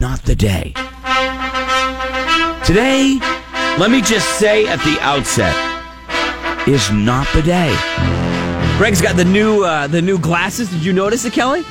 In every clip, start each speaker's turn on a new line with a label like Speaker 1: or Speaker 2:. Speaker 1: not the day. Today, let me just say at the outset, is not the day.
Speaker 2: Greg's got the new uh, the new glasses. Did you notice it, Kelly?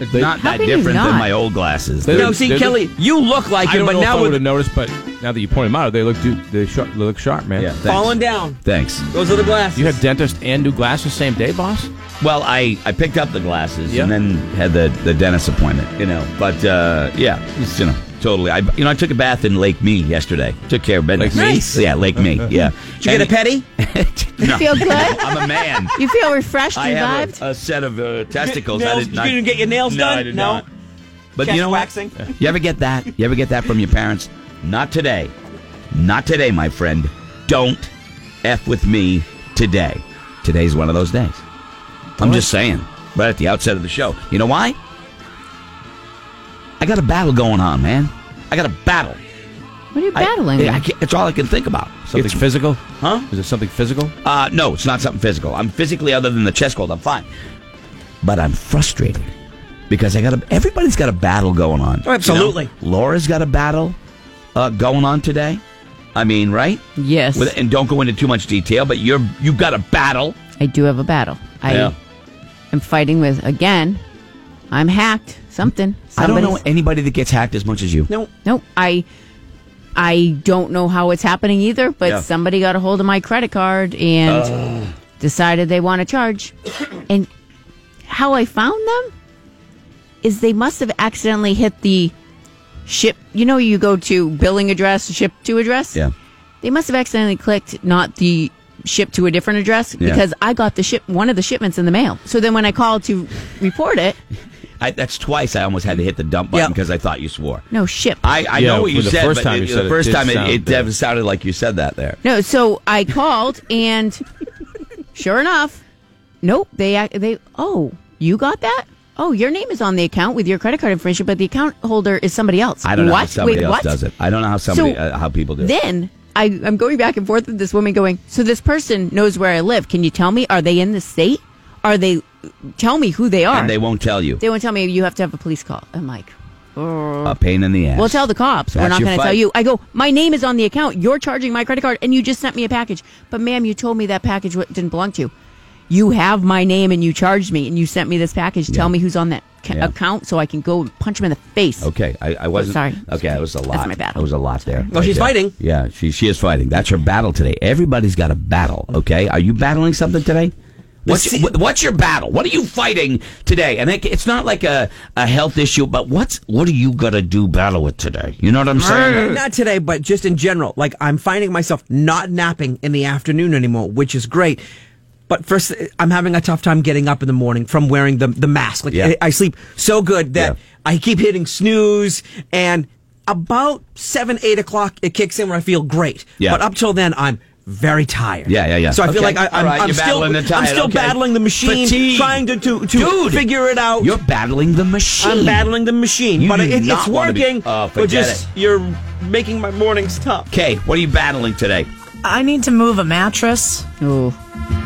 Speaker 1: It's not
Speaker 3: How
Speaker 1: that
Speaker 3: can you
Speaker 1: different than
Speaker 3: not?
Speaker 1: my old glasses.
Speaker 4: They- They're-
Speaker 2: no, see,
Speaker 4: they're-
Speaker 2: Kelly, you look like
Speaker 4: I
Speaker 2: him,
Speaker 4: don't
Speaker 2: but
Speaker 4: know if I
Speaker 2: now
Speaker 4: would have
Speaker 2: with
Speaker 4: noticed, but now that you point them out, they look do, they, sharp, they look sharp, man.
Speaker 1: yeah, thanks.
Speaker 2: falling down.
Speaker 1: Thanks.
Speaker 2: Those are the glasses.
Speaker 4: You have dentist and new glasses same day, boss.
Speaker 1: Well, I, I picked up the glasses
Speaker 4: Yeah.
Speaker 1: and then had the, the dentist appointment, you know. But uh, yeah, it's, you know, totally. I you know I took a bath in Lake Me yesterday. Took care of business.
Speaker 2: Lake Mead? Nice.
Speaker 1: Yeah, Lake Me. Yeah.
Speaker 2: Did you get a petty?
Speaker 1: pet? no.
Speaker 3: Feel good?
Speaker 1: I'm a man.
Speaker 3: You feel refreshed,
Speaker 1: I have
Speaker 3: revived?
Speaker 1: a, a set of uh, testicles. I
Speaker 2: Nails-
Speaker 1: did
Speaker 2: you
Speaker 1: not,
Speaker 2: didn't get your nails
Speaker 1: no,
Speaker 2: done?
Speaker 1: I did
Speaker 2: No?
Speaker 1: not. But
Speaker 2: Chest
Speaker 1: you know what?
Speaker 2: waxing?
Speaker 1: You ever get that? You ever get that from your parents? Not today. Not today, my friend. Don't f with me today. Today's one of those days. I'm just saying. Right at the outset of the show. You know why? I got a battle going on, man. I got a battle.
Speaker 3: What are you
Speaker 1: I-
Speaker 3: battling?
Speaker 1: I,
Speaker 3: with?
Speaker 1: can't, it's all I can think about. Something-
Speaker 4: It's physical,
Speaker 1: Huh?
Speaker 4: Is it something physical?
Speaker 1: uh, no, it's not something physical. I'm physically other than the chest cold. I'm fine, but I'm frustrated because I got a, everybody's got a battle going on.
Speaker 2: Oh, absolutely.
Speaker 1: You know, Laura's got a battle uh, going on today. I mean, right?
Speaker 3: yes.
Speaker 1: With, and don't go into too much detail, but you're you've got a battle.
Speaker 3: I do have a battle. I
Speaker 1: Yeah.
Speaker 3: am fighting with, again, I'm hacked. Something.
Speaker 1: I don't know
Speaker 3: Somebody's-
Speaker 1: anybody that gets hacked as much as you.
Speaker 2: No.
Speaker 3: Nope. I I don't know how it's happening either, but
Speaker 1: Yeah. Uh.
Speaker 3: somebody got a hold of my credit card and decided they want to charge. and how I found them is they must have accidentally hit the ship. You know, you go to billing address, ship to address.
Speaker 1: Yeah.
Speaker 3: They must have accidentally clicked not the ship to a different address
Speaker 1: Yeah.
Speaker 3: because I got the ship one of the shipments in the mail. So then when I called to report it,
Speaker 1: I, that's twice. I almost had to hit the dump button
Speaker 2: Yeah.
Speaker 1: because I thought you swore.
Speaker 3: no ship.
Speaker 1: I, I
Speaker 4: Yeah,
Speaker 1: know what you
Speaker 4: for the
Speaker 1: said,
Speaker 4: first
Speaker 1: but
Speaker 4: time
Speaker 1: it-
Speaker 4: you said
Speaker 1: the
Speaker 4: it
Speaker 1: first
Speaker 4: did
Speaker 1: time it,
Speaker 4: sound
Speaker 1: it
Speaker 4: bad.
Speaker 1: def- sounded like you said that there.
Speaker 3: No, so I called and sure enough, nope, they ac- they oh, you got that? Oh, your name is on the account with your credit card information, but the account holder is somebody else.
Speaker 1: I don't know
Speaker 3: what?
Speaker 1: how somebody
Speaker 3: Wait,
Speaker 1: else
Speaker 3: what?
Speaker 1: does it. I don't know how somebody
Speaker 3: So,
Speaker 1: uh, how people do. it.
Speaker 3: Then I, I'm going back and forth with this woman going, So this person knows where I live. Can you tell me? Are they in the state? Are they tell me who they are?
Speaker 1: and they won't tell you.
Speaker 3: They won't tell me you have to have a police call. I'm like,
Speaker 1: A pain in the ass.
Speaker 3: Well, tell the cops. We're
Speaker 1: That's
Speaker 3: not
Speaker 1: your
Speaker 3: going to
Speaker 1: fight.
Speaker 3: tell you. I go, my name is on the account. You're charging my credit card, and you just sent me a package. But, ma'am, you told me that package wa- didn't belong to you. You have my name, and you charged me, and you sent me this package. Tell
Speaker 1: Yeah.
Speaker 3: me who's on that ca-
Speaker 1: Yeah.
Speaker 3: account so I can go and punch him in the face.
Speaker 1: Okay, I, I wasn't.
Speaker 3: sorry.
Speaker 1: Okay, that was a lot.
Speaker 3: my battle.
Speaker 1: That was a lot there.
Speaker 2: Well, she's
Speaker 1: there.
Speaker 2: fighting.
Speaker 1: Yeah, she she is fighting. That's her battle today. Everybody's got a battle. Okay, are you battling something today? What's,
Speaker 2: se-
Speaker 1: wh- what's your battle? What are you fighting today? And it, it's not like a, a health issue, but what's what are you gonna do battle with today? You know what I'm saying?
Speaker 2: Not today, but just in general. Like I'm finding myself not napping in the afternoon anymore, which is great. But first, I'm having a tough time getting up in the morning from wearing the the mask. Like
Speaker 1: Yeah.
Speaker 2: I, I sleep so good that
Speaker 1: Yeah.
Speaker 2: I keep hitting snooze, and about seven eight o'clock it kicks in where I feel great.
Speaker 1: Yeah.
Speaker 2: But up till then, I'm very tired.
Speaker 1: Yeah, yeah, yeah.
Speaker 2: So I feel
Speaker 1: Okay.
Speaker 2: like I,
Speaker 1: All
Speaker 2: I'm,
Speaker 1: right,
Speaker 2: I'm
Speaker 1: you're
Speaker 2: still
Speaker 1: battling the
Speaker 2: I'm
Speaker 1: tide.
Speaker 2: still
Speaker 1: Okay.
Speaker 2: battling the machine,
Speaker 1: Fatigue.
Speaker 2: trying to to, to
Speaker 1: Dude,
Speaker 2: figure it out.
Speaker 1: You're battling the machine.
Speaker 2: I'm battling the machine,
Speaker 1: You
Speaker 2: but
Speaker 1: do
Speaker 2: it, it's
Speaker 1: not wanna be-
Speaker 2: working.
Speaker 1: Oh,
Speaker 2: but
Speaker 1: forget
Speaker 2: just
Speaker 1: it.
Speaker 2: you're making my mornings tough.
Speaker 1: Okay, what are you battling today?
Speaker 5: I need to move a mattress
Speaker 3: Ooh.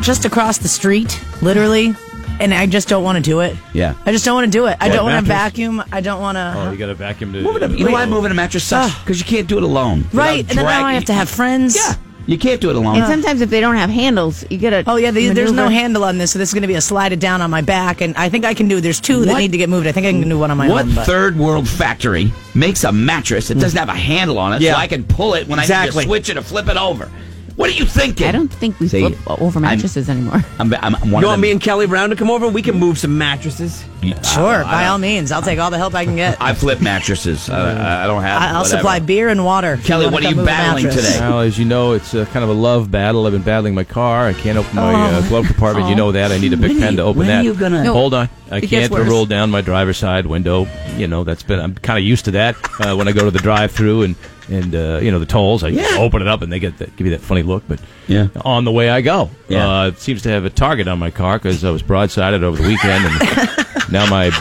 Speaker 5: just across the street, literally, and I just don't want to do it.
Speaker 1: Yeah.
Speaker 5: I just don't want to do it. I
Speaker 4: What,
Speaker 5: don't want to
Speaker 4: mattress?
Speaker 5: vacuum. I don't want
Speaker 4: Oh,
Speaker 5: to.
Speaker 4: you got a vacuum to.
Speaker 1: Moving a, you know why moving a mattress sucks?
Speaker 2: Ah.
Speaker 1: Because you can't do it alone.
Speaker 5: right,
Speaker 1: Without
Speaker 5: and then now I
Speaker 1: dragging-
Speaker 5: have to have friends.
Speaker 1: Yeah, you can't do it alone.
Speaker 3: And sometimes if they don't have handles, you get a.
Speaker 5: Oh yeah, the, there's no
Speaker 3: maneuver.
Speaker 5: handle on this, so this is going to be a slide it down on my back, and I think I can do. There's two that
Speaker 1: What-
Speaker 5: need to get moved. I think I can do one on my
Speaker 1: What
Speaker 5: own. But.
Speaker 1: third world factory makes a mattress that doesn't have a handle on it
Speaker 2: Yeah.
Speaker 1: so I can pull it when I need
Speaker 2: Exactly.
Speaker 1: to switch it or flip it over? What are you thinking?
Speaker 3: I don't think we
Speaker 1: See,
Speaker 3: flip over
Speaker 1: I'm-
Speaker 3: mattresses anymore.
Speaker 1: I'm, I'm, I'm one
Speaker 2: You
Speaker 1: of
Speaker 2: want
Speaker 1: them.
Speaker 2: me and Kelly Brown to come over? We can move some mattresses.
Speaker 5: Sure, by all means, I'll take all the help I can get. I,
Speaker 1: I flip mattresses. Uh, I don't have.
Speaker 5: I'll
Speaker 1: whatever.
Speaker 5: supply beer and water. if
Speaker 1: Kelly,
Speaker 5: wanna
Speaker 1: what are
Speaker 5: come
Speaker 1: you
Speaker 5: move a
Speaker 1: battling
Speaker 5: mattress.
Speaker 1: today?
Speaker 4: Well, as you know, it's a kind of a love battle. I've been battling my car. I can't open my uh,
Speaker 3: Oh.
Speaker 4: glove compartment. You know that. I need a big
Speaker 1: When are
Speaker 4: pen to
Speaker 1: you-
Speaker 4: open
Speaker 1: when are
Speaker 4: that.
Speaker 1: you gonna- No,
Speaker 4: Hold on. I
Speaker 3: it gets
Speaker 4: can't
Speaker 3: worse.
Speaker 4: roll down my driver's side window. You know that's been. I'm kind of used to that uh, when I go to the drive-through and and uh, you know the tolls. I open it up and they get that, give you that funny look. But
Speaker 1: Yeah.
Speaker 4: on the way I go.
Speaker 1: Yeah.
Speaker 4: Uh, it seems to have a target on my car because I was broadsided over the weekend and now my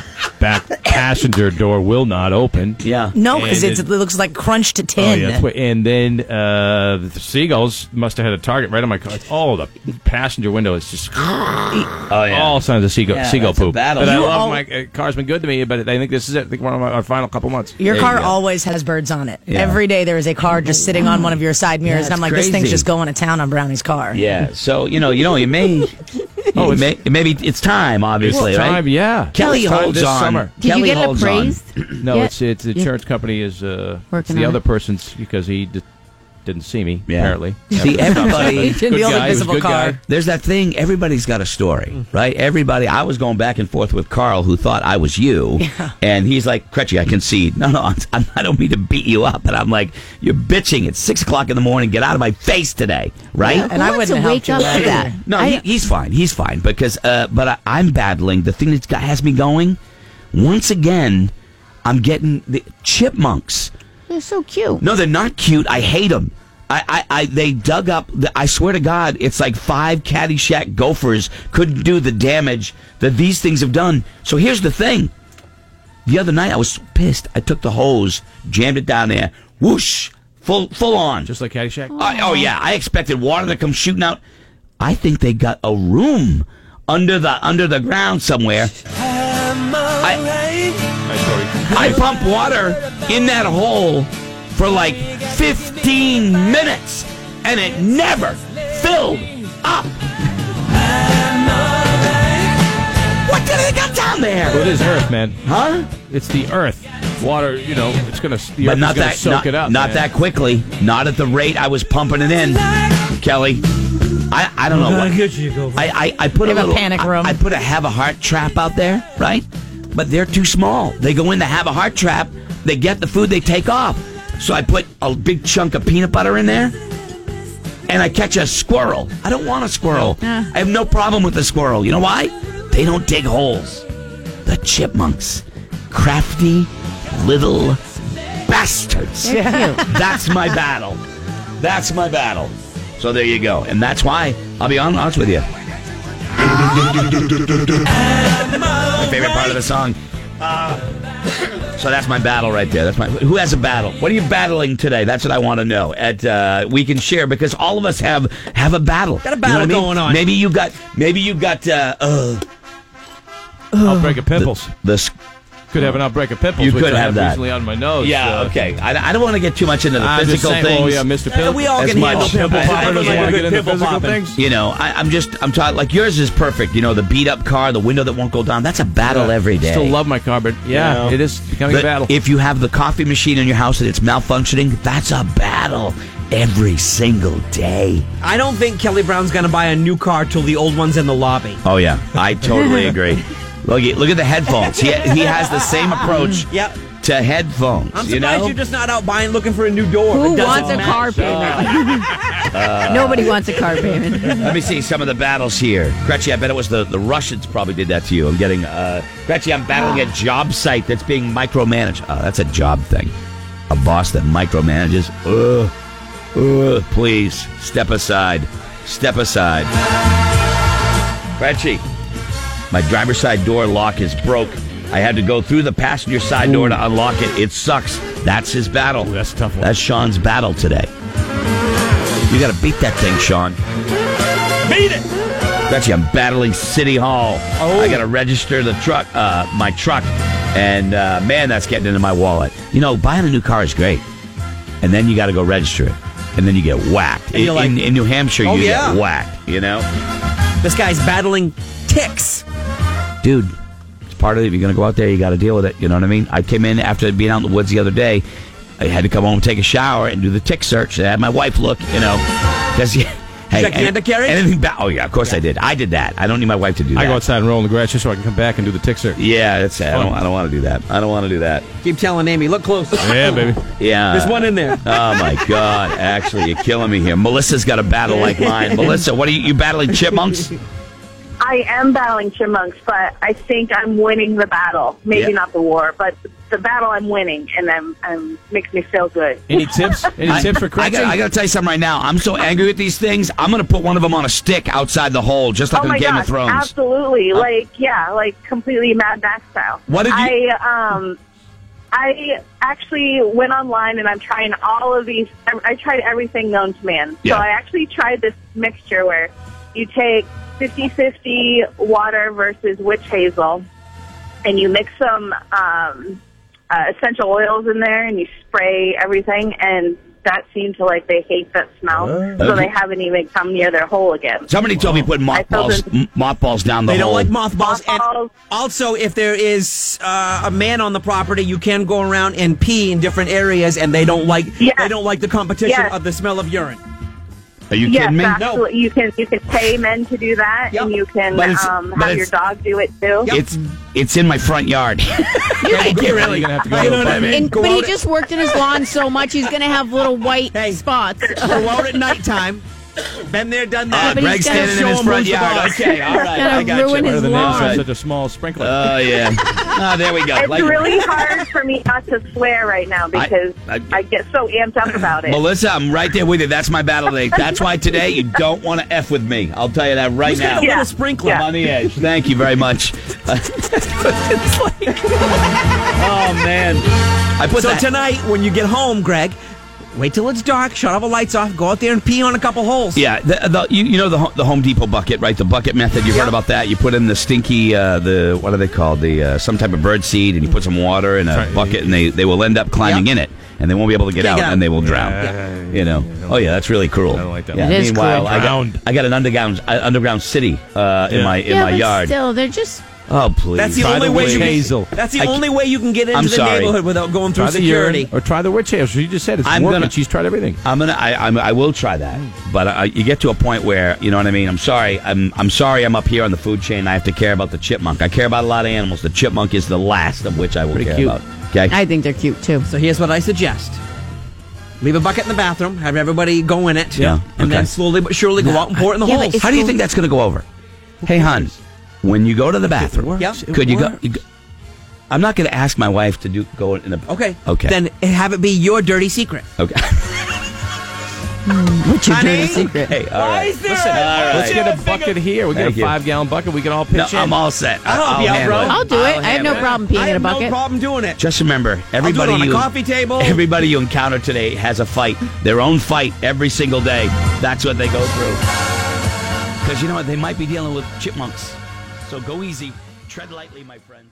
Speaker 4: back passenger door will not open.
Speaker 1: Yeah.
Speaker 5: No, because
Speaker 4: And
Speaker 5: it,
Speaker 4: it-
Speaker 5: it looks like crunched to
Speaker 4: Oh,
Speaker 5: tin.
Speaker 4: yeah. that's what- And then uh, the seagulls must have had a target right on my car. Oh, the passenger window is just
Speaker 1: Oh yeah.
Speaker 4: all signs of seagull,
Speaker 1: Yeah,
Speaker 4: seagull
Speaker 1: that's a
Speaker 4: poop.
Speaker 1: battle.
Speaker 4: But I
Speaker 1: You
Speaker 4: love
Speaker 5: all-
Speaker 4: my uh, car's been good to me, but I think this is it. I think one of my, our final couple months.
Speaker 1: There
Speaker 5: Your
Speaker 1: you
Speaker 5: car
Speaker 1: go.
Speaker 5: always has birds on it. Every day there is a car just sitting on one of your side mirrors, and I'm
Speaker 1: it's
Speaker 5: like, this thing's
Speaker 1: crazy.
Speaker 5: just going to town on Brownie's car.
Speaker 1: Yeah. So you know, you know, you may. oh, it may. Maybe it's time. Obviously,
Speaker 4: It's
Speaker 1: right?
Speaker 4: time, yeah.
Speaker 1: Kelly
Speaker 4: It's time
Speaker 1: holds
Speaker 4: this
Speaker 1: on.
Speaker 4: summer.
Speaker 3: Did
Speaker 1: Kelly
Speaker 3: you get it
Speaker 1: holds on.
Speaker 3: appraised?
Speaker 4: No,
Speaker 3: Yeah.
Speaker 4: it's it's the
Speaker 3: Yeah.
Speaker 4: insurance company is uh, it's
Speaker 3: Working
Speaker 4: the
Speaker 3: on
Speaker 4: other
Speaker 3: it.
Speaker 4: person's because he d- didn't see me
Speaker 1: Yeah.
Speaker 4: apparently.
Speaker 1: See, everybody.
Speaker 5: The
Speaker 4: guy, he was
Speaker 5: old
Speaker 4: a
Speaker 5: invisible
Speaker 4: good
Speaker 5: car.
Speaker 4: guy.
Speaker 1: There's that thing. Everybody's got a story,
Speaker 3: Mm-hmm.
Speaker 1: right? Everybody. I was going back and forth with Carl, who thought I was you, and he's like, "Crutchy, I concede. No, no, I'm, I'm, I don't mean to beat you up." And I'm like, "You're bitching. It's six o'clock in the morning. Get out of my face today, right?"
Speaker 5: Yeah. And I
Speaker 3: Who wants
Speaker 5: wouldn't
Speaker 3: to
Speaker 5: have
Speaker 3: wake
Speaker 5: helped
Speaker 3: up
Speaker 5: you
Speaker 3: to that.
Speaker 1: No,
Speaker 3: I-
Speaker 1: he, he's fine. He's fine because, uh, but I, I'm battling the thing that has me going. Once again, I'm getting the chipmunks.
Speaker 3: they're so cute.
Speaker 1: No, they're not cute. I hate them. I, I, I they dug up. The, I swear to God, it's like five Caddyshack gophers couldn't do the damage that these things have done. So here's the thing. The other night, I was pissed. I took the hose, jammed it down there, whoosh, full full on.
Speaker 4: Just like Caddyshack.
Speaker 1: I, oh yeah, I expected water to come shooting out. I think they got a room under the under the ground somewhere.
Speaker 4: Hi, Tori.
Speaker 1: I pump water in that hole for like 15 minutes, and it never filled up. What did they got down
Speaker 4: Well,
Speaker 1: there?
Speaker 4: it is Earth, man.
Speaker 1: Huh?
Speaker 4: It's the Earth. Water, you know, it's gonna the
Speaker 1: But
Speaker 4: Earth
Speaker 1: not
Speaker 4: is gonna
Speaker 1: that
Speaker 4: soak
Speaker 1: not,
Speaker 4: it up.
Speaker 1: not
Speaker 4: man.
Speaker 1: that quickly. Not at the rate I was pumping it in, Kelly. I, I don't know Oh, what. I, I, I put
Speaker 5: Have
Speaker 1: a
Speaker 5: a
Speaker 1: little
Speaker 5: panic
Speaker 1: I-
Speaker 5: room.
Speaker 1: I, put a have a heart trap out there, right? But they're too small. They go in the have a heart trap. They get the food. They take off. So I put a big chunk of peanut butter in there, and I catch a squirrel. I don't want a squirrel. I have no problem with a squirrel. You know why? They don't dig holes. The chipmunks, crafty little bastards.
Speaker 3: They're cute.
Speaker 1: That's my battle. That's my battle. So there you go. And that's why I'll be hon- honest with you. my favorite part of the song. So that's my battle right there. That's my. Who has a battle? What are you battling today? That's what I want to know. At uh, we can share because all of us have have a battle. Got
Speaker 2: a battle going on.
Speaker 1: Maybe you got. Maybe you got. Uh, uh,
Speaker 4: outbreak of pimples.
Speaker 1: the. s-
Speaker 4: could have an outbreak of pimples.
Speaker 1: You
Speaker 4: which
Speaker 1: could
Speaker 4: I
Speaker 1: have
Speaker 4: had
Speaker 1: that.
Speaker 4: recently on my nose.
Speaker 1: Yeah.
Speaker 4: uh,
Speaker 1: Okay. I, I don't want to get too much into the
Speaker 4: I'm just
Speaker 1: physical
Speaker 4: saying,
Speaker 1: things.
Speaker 4: oh yeah, Mr. Pimple.
Speaker 2: we all
Speaker 1: As
Speaker 2: can
Speaker 1: much.
Speaker 2: handle
Speaker 1: Pimple
Speaker 2: pimples.
Speaker 1: popper
Speaker 4: doesn't
Speaker 2: Everybody can
Speaker 4: wanna get into
Speaker 2: pimple
Speaker 4: physical
Speaker 2: popping.
Speaker 4: things.
Speaker 1: You know, I, I'm just, I'm talking like yours is perfect. You know, the beat up car, the window that won't go down. That's a battle every day.
Speaker 4: Still love my car, but yeah,
Speaker 1: You know?
Speaker 4: it is becoming a
Speaker 1: But
Speaker 4: battle.
Speaker 1: If you have the coffee machine in your house and it's malfunctioning, that's a battle every single day.
Speaker 2: I don't think Kelly Brown's going to buy a new car till the old one's in the lobby.
Speaker 1: Oh yeah, I totally agree. Look, at- look at the headphones. He, he has the same approach
Speaker 2: Yep.
Speaker 1: to headphones.
Speaker 2: I'm
Speaker 1: you
Speaker 2: surprised
Speaker 1: know?
Speaker 2: you're just not out buying looking for a new door.
Speaker 3: Who
Speaker 2: It doesn't
Speaker 3: wants a
Speaker 2: matter. Uh,
Speaker 3: car payment? Nobody wants a car payment.
Speaker 1: Let me see some of the battles here. Gretchen, I bet it was the, the Russians probably did that to you. I'm getting, uh, Gretchen, I'm battling a job site that's being micromanaged. Oh, that's a job thing. A boss that micromanages. Ugh. Ugh. Please, step aside. Step aside. Gretchen, my driver's side door lock is broke. I had to go through the passenger side door to unlock it. It sucks. That's his battle.
Speaker 4: Ooh, that's a tough one.
Speaker 1: That's Sean's battle today. You gotta beat that thing, Sean. Actually, I'm battling City Hall.
Speaker 4: Oh.
Speaker 1: I got to register the truck, uh, my truck, and uh, man, that's getting into my wallet. You know, buying a new car is great, and then you got to go register it, and then you get whacked. In,
Speaker 2: you're like,
Speaker 1: in, in New Hampshire,
Speaker 2: "Oh,
Speaker 1: you
Speaker 2: yeah."
Speaker 1: get whacked. You know,
Speaker 2: This guy's battling ticks.
Speaker 1: dude, it's part of it. If you're gonna go out there, you got to deal with it. You know what I mean? I came in after being out in the woods the other day. I had to come home, take a shower, and do the tick search. I had my wife look. You know, because yeah. Hey,
Speaker 2: Check the
Speaker 1: any-
Speaker 2: undercarriage?
Speaker 1: Anything ba- oh yeah, of course I did. I did that. I don't need my wife to do that.
Speaker 4: I go outside and roll in the grass just so I can come back and do the tick search.
Speaker 1: Yeah, that's I don't
Speaker 4: Fun.
Speaker 1: I don't want to do that. I don't want to do that.
Speaker 2: Keep telling Amy, look close.
Speaker 4: Yeah, baby.
Speaker 1: Yeah.
Speaker 2: There's one in there.
Speaker 1: Oh my God! Actually, you're killing me here. Melissa's got a battle like mine. Melissa, what are you, you battling? Chipmunks?
Speaker 6: I am battling chipmunks, but I think I'm winning the battle. Maybe
Speaker 1: Yeah.
Speaker 6: not the war, but the battle I'm winning, and I'm, I'm makes me feel good.
Speaker 4: Any tips? Any tips for
Speaker 1: I
Speaker 4: correcting?
Speaker 1: got, I got to tell you something right now. I'm so angry with these things. I'm going to put one of them on a stick outside the hole, just like
Speaker 6: oh
Speaker 1: in
Speaker 6: my
Speaker 1: Game
Speaker 6: gosh,
Speaker 1: of Thrones. Uh,
Speaker 6: absolutely! Like yeah, like completely Mad Max style.
Speaker 1: What did you-
Speaker 6: I um, I actually went online and I'm trying all of these. I, I tried everything known to man.
Speaker 1: Yeah.
Speaker 6: So I actually tried this mixture where you take 50-50 water versus witch hazel, and you mix some um, uh, essential oils in there, and you spray everything and. That seemed to like they hate that smell, so
Speaker 1: Oh. Okay.
Speaker 6: they haven't even come near their hole again.
Speaker 1: Somebody told me put mothballs,
Speaker 6: felt it-
Speaker 1: m- mothballs down the
Speaker 2: They don't
Speaker 1: hole.
Speaker 2: like mothballs. And
Speaker 6: Mothballs.
Speaker 2: also, if there is uh, a man on the property, you can go around and pee in different areas, and they don't like
Speaker 6: Yes.
Speaker 2: they don't like the competition
Speaker 6: Yes.
Speaker 2: of the smell of urine.
Speaker 1: Are you
Speaker 6: Yes,
Speaker 1: kidding me?
Speaker 6: absolutely. You can you can pay men to do that,
Speaker 2: Yep.
Speaker 6: and you can
Speaker 1: But it's-
Speaker 6: um,
Speaker 1: but
Speaker 6: have your
Speaker 1: it's-
Speaker 6: dog do it too.
Speaker 1: It's it's in my front yard.
Speaker 4: You're really gonna have to go.
Speaker 2: You know what I mean?
Speaker 3: And,
Speaker 2: Go
Speaker 3: but he
Speaker 2: out-
Speaker 3: just worked in his lawn so much, he's going to have little white
Speaker 2: Hey.
Speaker 3: spots.
Speaker 2: go out at nighttime. Been there, done
Speaker 1: Uh,
Speaker 2: that.
Speaker 3: but he's
Speaker 1: Greg's
Speaker 3: gotta
Speaker 1: standing in
Speaker 3: show
Speaker 1: his
Speaker 3: him
Speaker 1: front
Speaker 3: who's the
Speaker 1: yard.
Speaker 3: boss.
Speaker 1: Okay, all right,
Speaker 3: Gotta
Speaker 1: I got
Speaker 3: ruin
Speaker 1: you.
Speaker 3: his
Speaker 4: the names
Speaker 3: lawn.
Speaker 4: have such a small sprinkler.
Speaker 1: Oh yeah. Oh, there we go.
Speaker 6: It's
Speaker 1: Like-
Speaker 6: really hard for me not to swear right now because I,
Speaker 1: I-
Speaker 6: get so amped up about it.
Speaker 1: Melissa, I'm right there with you. That's my battle today. That's why today you don't want to f with me. I'll tell you that right
Speaker 2: Just
Speaker 1: now.
Speaker 2: got a
Speaker 6: Yeah.
Speaker 2: little sprinkler.
Speaker 1: I'm on the edge. Thank you very much. oh man, I put
Speaker 2: So
Speaker 1: that.
Speaker 2: tonight, when you get home, Greg, wait till it's dark, shut all the lights off, go out there and pee on a couple holes.
Speaker 1: yeah, the, the, you, you know the Ho- the Home Depot bucket, right? The bucket method. You heard about that? You put in the stinky, uh, the what are they called? The uh, some type of bird seed, and you put some water in a
Speaker 4: Right.
Speaker 1: bucket, and they, they will end up climbing
Speaker 2: Yep.
Speaker 1: in it, and they won't be able to get
Speaker 2: Can't
Speaker 1: out,
Speaker 2: get out.
Speaker 1: and they will drown.
Speaker 4: Yeah.
Speaker 1: You know?
Speaker 4: Yeah.
Speaker 1: Oh yeah, that's really cruel.
Speaker 4: I don't like that
Speaker 1: Yeah,
Speaker 4: one.
Speaker 3: It is cruel.
Speaker 1: meanwhile, I got
Speaker 4: Drowned.
Speaker 1: I got an underground uh, underground city uh, in
Speaker 4: Yeah.
Speaker 1: my in
Speaker 3: yeah,
Speaker 1: my
Speaker 3: but
Speaker 1: yard.
Speaker 3: still, they're just.
Speaker 1: oh please!
Speaker 2: That's the
Speaker 4: Try
Speaker 2: only
Speaker 4: the
Speaker 2: way.
Speaker 4: witch
Speaker 2: You
Speaker 4: hazel.
Speaker 2: Can, that's the
Speaker 1: I-
Speaker 2: only way you can get
Speaker 1: I'm
Speaker 2: into the
Speaker 1: sorry.
Speaker 2: neighborhood without going through
Speaker 4: Try the
Speaker 2: security.
Speaker 4: urine or try the witch hazel. You just said it's
Speaker 1: I'm
Speaker 4: working.
Speaker 1: gonna-
Speaker 4: She's tried everything.
Speaker 1: I'm gonna. I, I'm, I will try that. But I, you get to a point where you know what I mean. I'm sorry. I'm. I'm sorry. I'm up here on the food chain. I have to care about the chipmunk. I care about a lot of animals. The chipmunk is the last of which I will
Speaker 4: Pretty
Speaker 1: care
Speaker 4: cute.
Speaker 1: about. Okay.
Speaker 3: I think they're cute too.
Speaker 2: So here's what I suggest. Leave a bucket in the bathroom, have everybody go in it,
Speaker 1: Yeah,
Speaker 2: and then
Speaker 1: okay.
Speaker 2: slowly but surely go out and pour it in the
Speaker 3: Yeah, but
Speaker 2: holes.
Speaker 3: it's
Speaker 1: How do you think that's gonna go over? Hey, hon, when you go to the bathroom,
Speaker 2: Yeah. it
Speaker 1: could you go,
Speaker 4: works.
Speaker 1: you go? I'm not gonna ask my wife to do go in the.
Speaker 2: Okay.
Speaker 1: Okay.
Speaker 2: Then have it be your dirty secret.
Speaker 1: Okay.
Speaker 3: What's your dirty
Speaker 2: Honey?
Speaker 3: secret?
Speaker 1: hey. All right.
Speaker 2: is there
Speaker 1: Listen,
Speaker 2: a-
Speaker 1: all right.
Speaker 4: Let's get a bucket here. We get
Speaker 1: Thank
Speaker 4: a
Speaker 1: you.
Speaker 4: five gallon bucket. We can all pitch
Speaker 1: No,
Speaker 4: in.
Speaker 1: I'm all set.
Speaker 2: I'll help you out,
Speaker 1: handle
Speaker 2: bro.
Speaker 1: it.
Speaker 3: I'll do it. I have
Speaker 1: handle
Speaker 3: no problem peeing
Speaker 2: I
Speaker 3: in a
Speaker 2: have no
Speaker 3: bucket.
Speaker 2: problem doing it.
Speaker 1: Just remember,
Speaker 2: I'll do it
Speaker 1: everybody
Speaker 2: on a
Speaker 1: you
Speaker 2: coffee table.
Speaker 1: Everybody you encounter today has a fight, their own fight every single day. That's what they go through. Because you know what? They might be dealing with chipmunks. So go easy, tread lightly, my friend.